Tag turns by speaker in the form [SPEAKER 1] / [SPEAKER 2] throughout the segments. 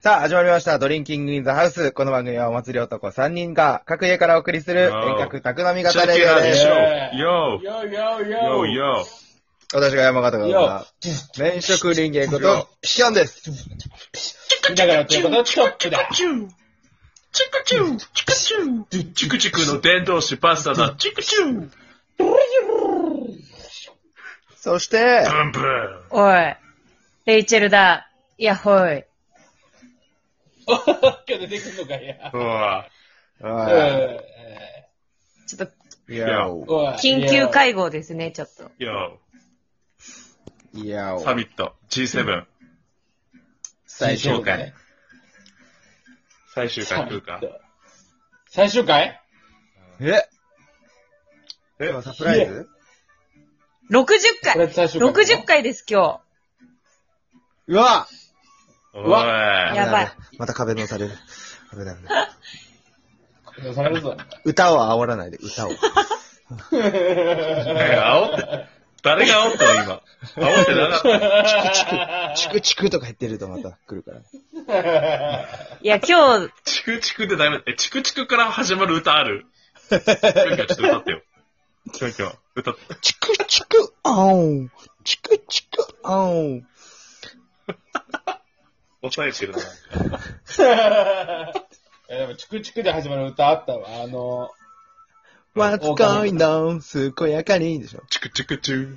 [SPEAKER 1] さあ、始まりました。ドリンキングインザハウス。この番組はお祭り男3人が各家からお送りする遠隔宅飲み型レギュラーです。
[SPEAKER 2] Yeah.
[SPEAKER 3] Yo.
[SPEAKER 2] Yo, yo, yo.
[SPEAKER 3] Yo, yo.
[SPEAKER 1] 私が山形が
[SPEAKER 2] よ
[SPEAKER 1] 免職人間こと、ションです。
[SPEAKER 2] だからということはチョップ だ。
[SPEAKER 3] チクチュー、チクチュー。チクチクの伝道師パスタだ。チクチュー。
[SPEAKER 1] そして、
[SPEAKER 3] ブンブン。
[SPEAKER 4] おい、レイチェルだ。いや、ほい。
[SPEAKER 2] 今日出てくんのかいや。
[SPEAKER 3] うわ
[SPEAKER 1] は
[SPEAKER 4] ちょっと、
[SPEAKER 1] いやお
[SPEAKER 2] おい
[SPEAKER 4] 緊急。会合ですね、ちょっと。
[SPEAKER 3] Yo.
[SPEAKER 1] いやお
[SPEAKER 3] サミット。G7。
[SPEAKER 1] 最
[SPEAKER 3] 終
[SPEAKER 1] 終
[SPEAKER 3] 回
[SPEAKER 1] 回。
[SPEAKER 3] 最終回来るか。
[SPEAKER 2] 最終回
[SPEAKER 1] え
[SPEAKER 3] え
[SPEAKER 1] 今サプライズ
[SPEAKER 4] 60
[SPEAKER 2] これ
[SPEAKER 4] 回
[SPEAKER 2] 最終回。
[SPEAKER 4] !60 回です、今
[SPEAKER 1] うわ
[SPEAKER 3] お
[SPEAKER 2] う
[SPEAKER 3] い。
[SPEAKER 4] いやばい
[SPEAKER 1] 危なまた壁のされる。危ない危ない。
[SPEAKER 2] 回。され るぞ。
[SPEAKER 1] 歌を煽らないで、歌を。
[SPEAKER 3] 煽って。誰が煽ったの今。煽ってなかっ
[SPEAKER 1] チクチクとか言ってるとまた来るから。
[SPEAKER 4] 日。いや、今日、
[SPEAKER 3] た。チクチクってダメ。え、チクチクから始まる歌あるキョンキョンちょっと歌ってよ。キョンキョン。歌って。
[SPEAKER 1] チクチク、あん。チクチク、あん。
[SPEAKER 3] 抑えてるな。
[SPEAKER 2] いやでも、チクチクで始まる歌あったわ。あの、
[SPEAKER 1] What's going on? 健やかにでしょ。
[SPEAKER 3] チクチクチュー。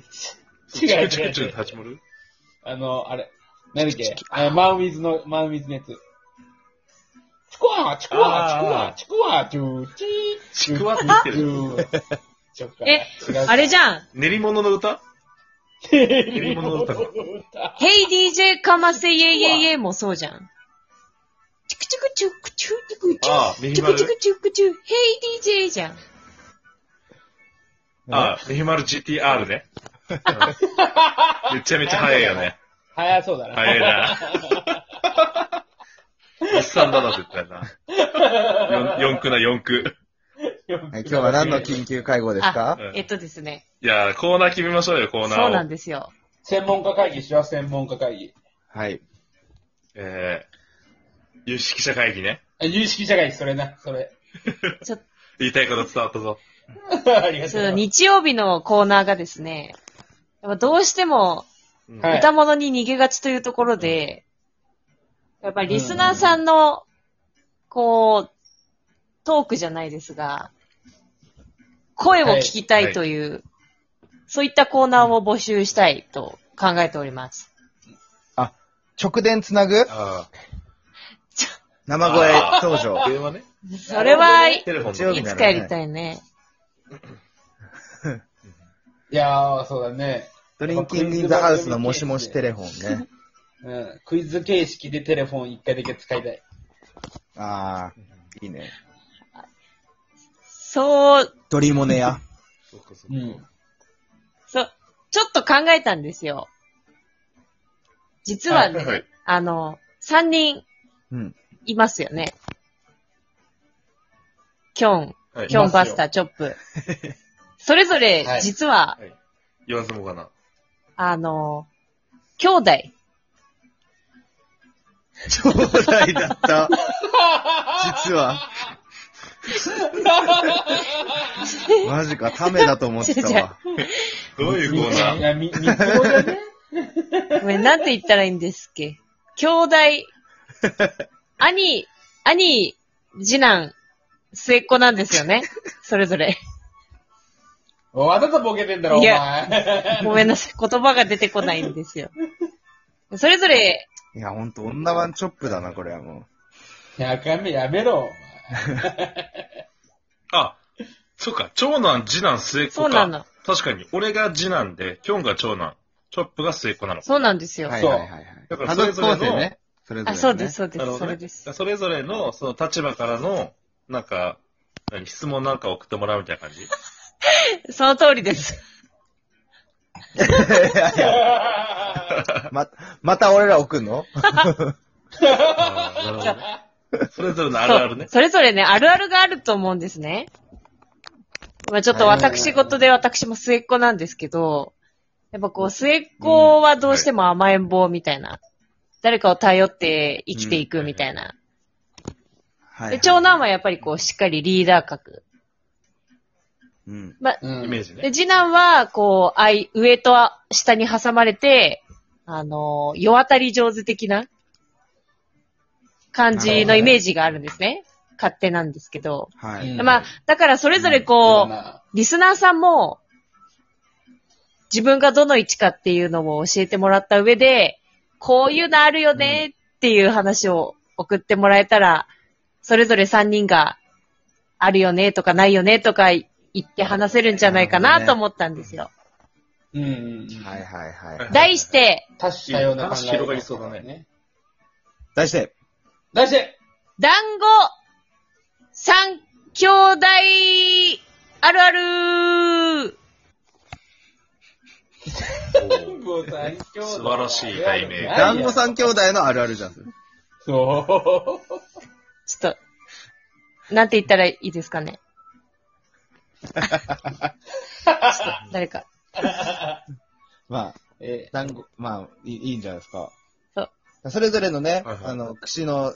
[SPEAKER 2] 違
[SPEAKER 3] チ
[SPEAKER 2] う違う
[SPEAKER 3] ク
[SPEAKER 2] 違う
[SPEAKER 3] チクチューって始まる
[SPEAKER 2] あの、あれ。なんだっけえマンウィズの、マンウィズのやつ。チクワー、チクワー、チクワー、チクワー、チュー、チー、
[SPEAKER 3] チクワって言って
[SPEAKER 2] チ
[SPEAKER 3] る。
[SPEAKER 2] ュー。ちょっか
[SPEAKER 4] え、あれじ
[SPEAKER 2] ゃん
[SPEAKER 4] ゃん。
[SPEAKER 3] 練り物の歌
[SPEAKER 2] 練
[SPEAKER 3] り物の歌
[SPEAKER 2] 歌。
[SPEAKER 4] Hey DJ かませイェイイェイイェイもそうじゃん。チクチクチュクチュチクチ
[SPEAKER 3] ああ
[SPEAKER 4] ュチクチクチュクチュ Hey DJ じゃん。
[SPEAKER 3] あ、メヒマル GTR ね。めちゃめちゃ速いよね。
[SPEAKER 2] 早そうだな。
[SPEAKER 3] 速いな。おっさんだな、絶対な。四駆な、四駆。
[SPEAKER 1] はい、今日は何の緊急会合ですか
[SPEAKER 4] あ、えっとですね。
[SPEAKER 3] いやー、コーナー決めましょうよ、コーナーを。
[SPEAKER 4] そうなんですよ。
[SPEAKER 2] 専門家会議しよう、専門家会議。
[SPEAKER 1] はい。
[SPEAKER 3] えー、有識者会議ね。
[SPEAKER 2] あ有識者会議、それな、それ。
[SPEAKER 4] ちょっ
[SPEAKER 3] 言いたいこと伝わったぞ。
[SPEAKER 2] ありが
[SPEAKER 4] と、
[SPEAKER 2] と
[SPEAKER 4] そう
[SPEAKER 2] う。
[SPEAKER 4] 日曜日のコーナーがですね、やっぱどうしても
[SPEAKER 2] はい
[SPEAKER 4] 歌物に逃げがちというところで、やっぱりリスナーさんの、こう、トークじゃないですが、声を聞きたいという、そういったコーナーを募集したいと考えております。
[SPEAKER 1] 直電つなぐ
[SPEAKER 3] あ
[SPEAKER 1] 生声登場。
[SPEAKER 3] 電話ね。
[SPEAKER 4] それは、い
[SPEAKER 3] テレフォン
[SPEAKER 1] 一応
[SPEAKER 3] の。
[SPEAKER 4] つかやりたいね。
[SPEAKER 2] いやー、そうだね。
[SPEAKER 1] ドリンキングインザハウスのもしもしテレフォンね。
[SPEAKER 2] うん。クイズ形式でテレフォン一回だけ使いたい。
[SPEAKER 1] あー、いいね。
[SPEAKER 4] そう、
[SPEAKER 1] ドリモネや。
[SPEAKER 3] そうかそううか
[SPEAKER 2] ん。
[SPEAKER 4] そう、ちょっと考えたんですよ。実はね、
[SPEAKER 3] はいはい
[SPEAKER 4] あの、3人
[SPEAKER 1] うん。
[SPEAKER 4] いますよね。キョン、
[SPEAKER 3] はい
[SPEAKER 4] キョンバスター、チョップ。それぞれ
[SPEAKER 2] はい、
[SPEAKER 4] 実は、
[SPEAKER 3] 言わずもがな。
[SPEAKER 4] あの、兄弟。
[SPEAKER 1] 兄弟だった。実は。マジか、ためだと思ってたわ。
[SPEAKER 3] どういうコーナ
[SPEAKER 2] い
[SPEAKER 3] ー
[SPEAKER 2] や、み、み、みつおだね。
[SPEAKER 4] ごめん、なんて言ったらいいんですっけ。兄弟、兄、兄、次男、末っ子なんですよね。それぞ れ。
[SPEAKER 2] おわざとボケてんだろ、お
[SPEAKER 4] い
[SPEAKER 2] 前。
[SPEAKER 4] ごめんなさい。言葉が出てこないんですよ。それぞれ、
[SPEAKER 1] いや、ほんと、女ワンチョップだな、これはも
[SPEAKER 2] 中身やめろ、お前。
[SPEAKER 3] あ、そうか、長男、次男、末っ子か。
[SPEAKER 4] そうなの
[SPEAKER 3] 確かに、俺が次男で、キョンが長男、チョップが末っ子なの。
[SPEAKER 4] そうなんです
[SPEAKER 1] う。
[SPEAKER 4] よ。
[SPEAKER 1] はい
[SPEAKER 2] そう
[SPEAKER 1] はいはいはい。
[SPEAKER 3] だか
[SPEAKER 1] 家
[SPEAKER 3] らそれ
[SPEAKER 1] 族
[SPEAKER 3] ぞれの
[SPEAKER 1] 構成ね。それぞれ、ね。
[SPEAKER 4] あ、そうです、。そうで
[SPEAKER 3] あのね
[SPEAKER 4] す、それです。
[SPEAKER 3] それぞれの、その立場からの、なんか、何、質問なんか送ってもらうみたいな感 じ
[SPEAKER 4] その通りです。
[SPEAKER 1] ま、 また俺ら送んの
[SPEAKER 3] あーなるほどねそれぞれのあるあるね
[SPEAKER 4] そう。それぞれね、あるあるがあると思うんですね。まあちょっと私事で私も末っ子なんですけど、やっぱこう末っ子はどうしても甘えん坊みたいな誰かを頼って生きていくみたいな。
[SPEAKER 1] は
[SPEAKER 4] で、長男はやっぱりこう、しっかりリーダー格。
[SPEAKER 1] うん。
[SPEAKER 4] まあ、
[SPEAKER 2] うん
[SPEAKER 3] イメージ
[SPEAKER 4] で、
[SPEAKER 3] ね。
[SPEAKER 4] 次男は、こう、あい、上と下に挟まれて、あのー、世渡り上手的な感じのイメージがあるんですね。勝手なんですけど。
[SPEAKER 1] は
[SPEAKER 2] う
[SPEAKER 1] い。
[SPEAKER 2] ん
[SPEAKER 4] まあ、だからそれぞれこう、リスナーさんも、自分がどの位置かっていうのを教えてもらった上で、こういうのあるよねっていう話を送ってもらえたら、それぞれ3人が、あるよねとかないよねとか言って話せるんじゃないかなと思ったんですよ。
[SPEAKER 2] うんうん。
[SPEAKER 1] はいはいはい。
[SPEAKER 4] 題して、
[SPEAKER 2] 多種多様な考え
[SPEAKER 3] 話広がりそうだ
[SPEAKER 2] ね。
[SPEAKER 1] 題して、
[SPEAKER 2] 題して、
[SPEAKER 4] 団子三兄弟あるある
[SPEAKER 2] 団子三兄弟
[SPEAKER 3] 素晴らしい題名
[SPEAKER 1] 団子三兄弟のあるあるじゃん。
[SPEAKER 2] そ
[SPEAKER 4] ちょっと、なんて言ったらいいですかね。ちょっと誰か。
[SPEAKER 1] まあ、
[SPEAKER 2] う。え
[SPEAKER 1] 団子、まあ、いいいいんじゃないですか。
[SPEAKER 4] そう
[SPEAKER 1] それぞれのね、
[SPEAKER 3] はいはい
[SPEAKER 1] あの、串の、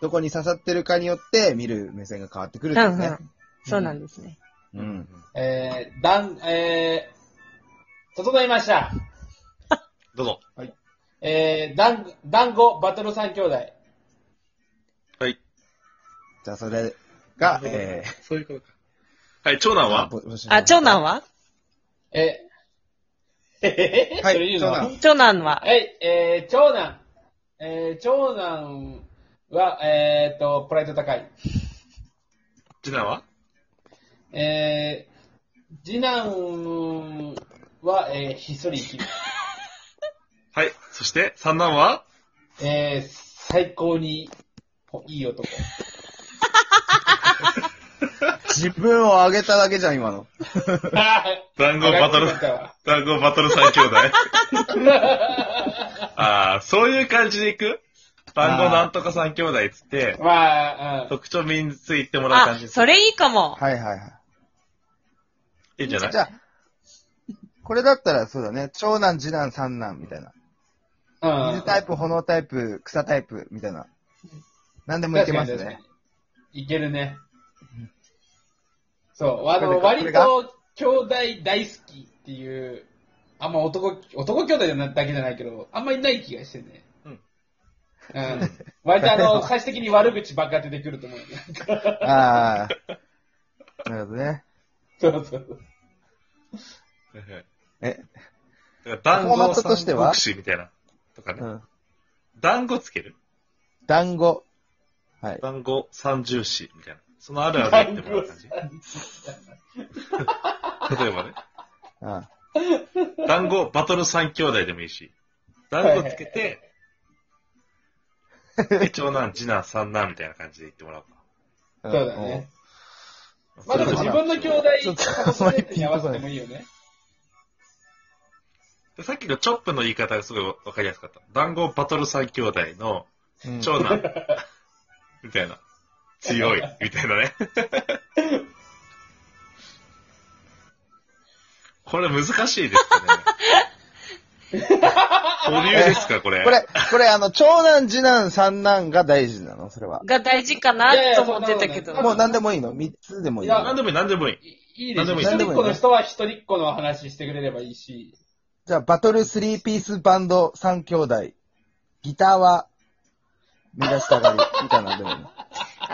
[SPEAKER 1] どこに刺さってるかによって見る目線が変わってくるん
[SPEAKER 4] う
[SPEAKER 1] で
[SPEAKER 4] ん
[SPEAKER 1] す
[SPEAKER 4] う
[SPEAKER 1] ね
[SPEAKER 4] ん。。そうなんですね。
[SPEAKER 1] うん。
[SPEAKER 2] ー、えー、団、えー、整いました。
[SPEAKER 3] どうぞ。
[SPEAKER 2] えー、団、団子バトル三兄弟。
[SPEAKER 3] はい。
[SPEAKER 1] じゃあそれが、えー、
[SPEAKER 3] そういうことか。はい、長男は、
[SPEAKER 4] あ、長男は
[SPEAKER 2] えー、え
[SPEAKER 1] はい
[SPEAKER 2] それ言うの
[SPEAKER 1] 長男
[SPEAKER 4] 長男は
[SPEAKER 2] はい、えー、長男。えー、長男は、えーっと、プライド高い。
[SPEAKER 3] 次男は
[SPEAKER 2] えー、次男は、えー、ひっそり生きる。
[SPEAKER 3] はい。そして、三男は
[SPEAKER 2] えー、最高にいい男。
[SPEAKER 1] 自分をあげただけじゃん、今の。
[SPEAKER 3] 団子バトル、団子バトル三兄 弟。ああ、そういう感じでいく団子なんとか三兄弟っつって、
[SPEAKER 2] まあ、うん
[SPEAKER 3] 特徴身についてもらう
[SPEAKER 4] あ
[SPEAKER 3] 感じ、です。
[SPEAKER 4] それいいかも。
[SPEAKER 1] はいはいはい。
[SPEAKER 3] いいんじゃない
[SPEAKER 1] じゃあ、これだったらそうだね。長男、次男、三男みたいな。
[SPEAKER 2] うん。
[SPEAKER 1] 水タイプ、炎タイプ、草タイプみたいな。何でもいけます
[SPEAKER 2] 確か
[SPEAKER 1] ね。
[SPEAKER 2] に確かに。いけるね。そう、あの、
[SPEAKER 1] これ
[SPEAKER 2] 割
[SPEAKER 1] が
[SPEAKER 2] と、兄弟大好きっていう、あんま男、男兄弟じゃなだけじゃないけど、あんまりない気がしてね。
[SPEAKER 3] うん。
[SPEAKER 2] うん。割とあ の、最終的に悪口ばっか出てくると思うよね。
[SPEAKER 1] ああ。なるほどね。
[SPEAKER 2] そうそう。
[SPEAKER 3] はいはい
[SPEAKER 1] え、
[SPEAKER 3] だから団子
[SPEAKER 1] フォーマットとしては
[SPEAKER 3] 三国志みたいな。とかね。
[SPEAKER 1] うん。
[SPEAKER 3] 団子つける
[SPEAKER 1] 団子。はい。
[SPEAKER 3] 団子三重視みたいな。そのあるある言ってもらう感じ。例えばね。
[SPEAKER 1] あ
[SPEAKER 3] 団子バトル三兄弟でもいいし。団子つけて、で長男、次男、三男みたいな感じで言ってもらおうか。
[SPEAKER 1] あ
[SPEAKER 2] そうだね。。ま
[SPEAKER 3] そ
[SPEAKER 2] あ
[SPEAKER 3] れ
[SPEAKER 2] で
[SPEAKER 3] ぞ
[SPEAKER 2] も
[SPEAKER 3] れ
[SPEAKER 2] 自分の兄弟、それに合わせてもいいよね。
[SPEAKER 3] でさっきのチョップの言い方がすごいわかりやすかった。団子バトル三兄弟の
[SPEAKER 1] うん
[SPEAKER 3] 長男、みたいな。強い、みたいな ね。これ難しいですかね。保留ですか、これ。
[SPEAKER 1] これ、これ、あの、長男、次男、三男が大事なのそれは。
[SPEAKER 4] が大事かない
[SPEAKER 2] やいや
[SPEAKER 4] と思ってたけど
[SPEAKER 2] そ。んなこ
[SPEAKER 1] もう何でもいいの三つでもいい
[SPEAKER 2] いや
[SPEAKER 1] の
[SPEAKER 3] 何でもいい、何でもいい。
[SPEAKER 2] いいですよ。
[SPEAKER 3] 何でもいい
[SPEAKER 2] 一人っ子の人は一人っ子の話してくれればいいし。
[SPEAKER 1] じゃあ、バトルスリーピースバンド三兄弟。ギターは、目指したがり、みたいなのでもいいの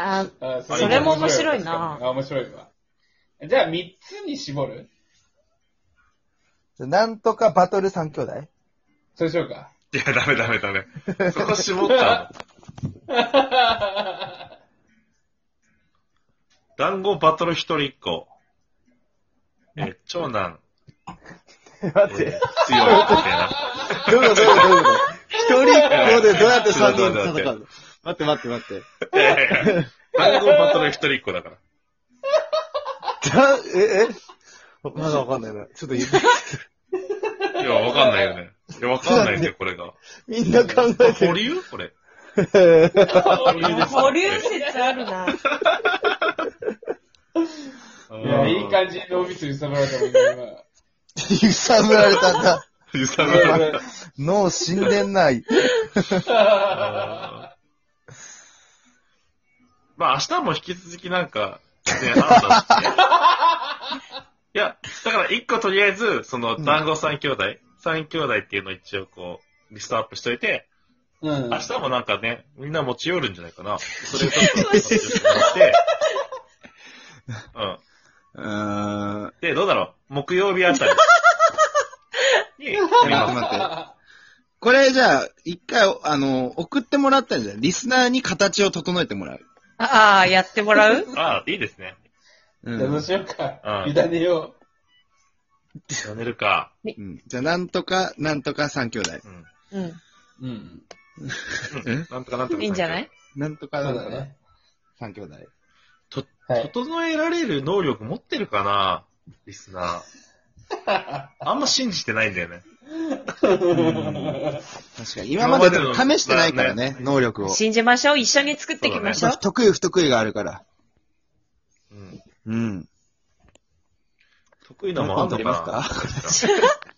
[SPEAKER 4] あー
[SPEAKER 2] あ
[SPEAKER 3] それも
[SPEAKER 4] 面白いな
[SPEAKER 2] あ、面白いわ。じゃあ、三つに絞る
[SPEAKER 1] じゃあなんとかバトル三兄弟
[SPEAKER 2] そうしよ うか。
[SPEAKER 3] いや、ダメダメダメ。そこ絞ったの。団子バトル一人一個。えー、長男、えー、
[SPEAKER 1] 待
[SPEAKER 3] 強い、みたい な。
[SPEAKER 1] どういうことどういうこと一人っ子でどうやって三人
[SPEAKER 3] ちょっと待って
[SPEAKER 1] 戦うの待って待って待って。
[SPEAKER 3] いやいやいや団子バトル一人一個だから。
[SPEAKER 1] じゃあ、え、え まだわかんないな。ちょっと言って。
[SPEAKER 3] いや、わかんないよね。いや、わかんないんだよ、これ が。
[SPEAKER 1] みんな考えて
[SPEAKER 3] 保
[SPEAKER 1] る。
[SPEAKER 3] 留これ。
[SPEAKER 2] 保留です
[SPEAKER 4] 保留説あるな。
[SPEAKER 2] いや、いい感じに脳みそ揺さぶられたもんね、
[SPEAKER 1] 揺さぶられたんだ。
[SPEAKER 3] じ。揺さぶられ
[SPEAKER 2] 今
[SPEAKER 3] た。
[SPEAKER 1] 脳死んでんない。
[SPEAKER 3] あーまあ明日も引き続きなんか、ね、判断して。いや、だから一個とりあえず、その団子三兄弟、三兄弟っていうのを一応こう、リストアップしといて、
[SPEAKER 2] うん。
[SPEAKER 3] 明日もなんかね、みんな持ち寄るんじゃないかな。それをちょっと発表してもらって、うん。
[SPEAKER 1] うーん。
[SPEAKER 3] で、どうだろう木曜日あた りに、
[SPEAKER 1] 待って待って。これじゃあ、一回、あの、送ってもらったんじゃん。リスナーに形を整えてもらう。
[SPEAKER 4] ああ、やってもらう
[SPEAKER 3] ああ、いいですね。
[SPEAKER 1] う。
[SPEAKER 2] じゃあどうんしようか。
[SPEAKER 3] うん
[SPEAKER 2] 委ねよ
[SPEAKER 3] やめるか。
[SPEAKER 1] うん、じゃあ、なんとか、なんとか三兄弟。
[SPEAKER 3] うん。
[SPEAKER 4] うん。
[SPEAKER 2] う。うん。
[SPEAKER 3] うんなんとかなんとか。
[SPEAKER 4] いいんじゃない
[SPEAKER 1] なんとか、
[SPEAKER 2] そ
[SPEAKER 1] な
[SPEAKER 2] うんだ
[SPEAKER 1] とか
[SPEAKER 2] ね。
[SPEAKER 1] 三兄弟。
[SPEAKER 2] はい。
[SPEAKER 3] 整えられる能力持ってるかなリスナー。あんま信じてないんだよね。
[SPEAKER 1] 確かに。今まで
[SPEAKER 3] 今までの
[SPEAKER 1] 試してないからね、
[SPEAKER 3] ね
[SPEAKER 1] 能力を。
[SPEAKER 4] 信じましょう。一緒に作っていきましょう。
[SPEAKER 1] 得意不得意があるから。
[SPEAKER 3] うん。
[SPEAKER 1] うん。
[SPEAKER 3] 得意なもんあんのか
[SPEAKER 1] なんかあ
[SPEAKER 3] な
[SPEAKER 1] り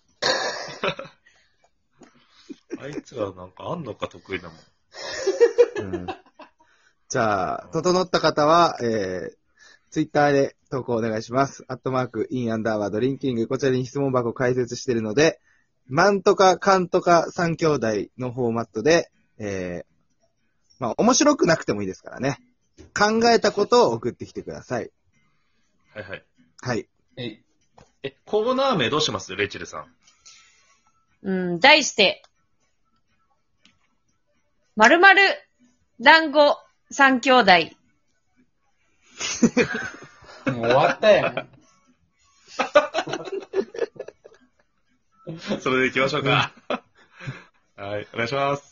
[SPEAKER 3] あいつらなんかあんのか得意なもん。
[SPEAKER 1] うん、じゃあ、整った方は、えー、ツイッターで投稿お願いします。アットマーク、インアンダーバードリンキング、こちらに質問箱解説してるので、なんとかかんとか三兄弟のフォーマットで、えー、まあ、面白くなくてもいいですからね。考えたことを送ってきてください。
[SPEAKER 3] はいはい。
[SPEAKER 1] はい。
[SPEAKER 2] えい
[SPEAKER 3] え、コーナー名どうしますレイチェルさん。
[SPEAKER 4] うん。題して、まるまる団子三兄弟。
[SPEAKER 2] もう終わったやん。
[SPEAKER 3] それで行きましょうか。はい、お願いします。